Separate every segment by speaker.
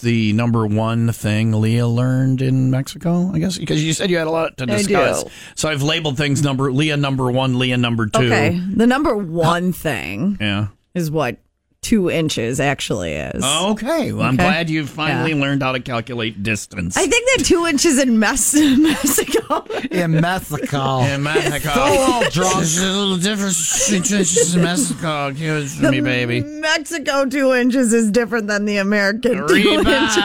Speaker 1: the number one thing Leah learned in Mexico? I guess because you said you had a lot to
Speaker 2: I
Speaker 1: discuss.
Speaker 2: do.
Speaker 1: So I've labeled things number Leah number one, Leah number two.
Speaker 2: Okay. The number one thing
Speaker 1: Yeah.
Speaker 2: is what two inches actually is.
Speaker 1: Oh. Okay. Well, I'm
Speaker 2: Okay.
Speaker 1: glad you finally
Speaker 2: Yeah.
Speaker 1: learned how to calculate distance.
Speaker 2: I think that two inches in Mes- Mexico.
Speaker 3: in Mexico.
Speaker 1: in Mexico,
Speaker 3: So all drunk.
Speaker 1: There's a little difference between inches in Mexico. Give it to me, baby.
Speaker 2: Mexico two inches is different than the American two inches.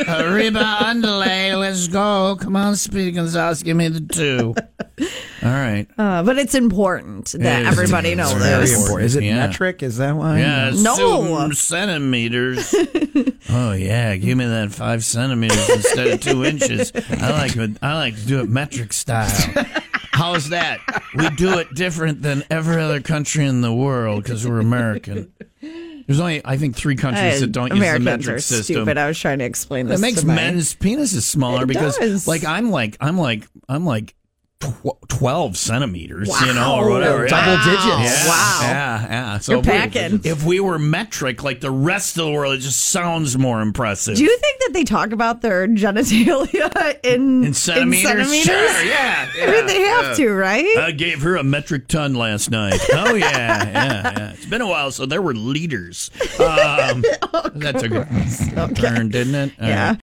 Speaker 1: Arriba, Arriba, underlay. Let's go. Come on, Speedy Gonzalez. Give me the two. All right.
Speaker 2: Uh, but it's important that
Speaker 1: It is.
Speaker 2: everybody
Speaker 1: It's
Speaker 2: knows
Speaker 1: very
Speaker 2: this.
Speaker 1: important.
Speaker 3: Is it
Speaker 1: Yeah.
Speaker 3: metric? Is that why?
Speaker 1: Yeah,
Speaker 2: No.
Speaker 1: some centimeters. oh yeah, give me that five centimeters instead of two inches. I like it. I like to do it metric style. How's that? We do it different than every other country in the world because we're American. There's only I think three countries
Speaker 2: Uh,
Speaker 1: that don't use
Speaker 2: Americans
Speaker 1: the metric
Speaker 2: are
Speaker 1: system.
Speaker 2: stupid. I was trying to explain this.
Speaker 1: It makes
Speaker 2: to my-
Speaker 1: men's penises smaller
Speaker 2: It
Speaker 1: because,
Speaker 2: does.
Speaker 1: like, I'm like, I'm like, I'm like tw- 12 centimeters, you know, or
Speaker 2: Wow.
Speaker 1: whatever.
Speaker 3: Double
Speaker 1: Yeah.
Speaker 3: digits.
Speaker 1: Yeah,
Speaker 2: Wow.
Speaker 1: Yeah, yeah. So
Speaker 2: You're
Speaker 1: if we-
Speaker 2: packing.
Speaker 1: If we were metric, like the rest of the world, it just sounds more impressive.
Speaker 2: Do you think that they talk about their genitalia in,
Speaker 1: in centimeters?
Speaker 2: centimeters?
Speaker 1: Sure, yeah. yeah
Speaker 2: I mean, they have
Speaker 1: yeah.
Speaker 2: to, right?
Speaker 1: I gave her a metric ton last night. Oh yeah, yeah, yeah. It's been a while, so there were leaders. Um, that took a turn, didn't it? All
Speaker 2: Oh, yeah.
Speaker 1: right.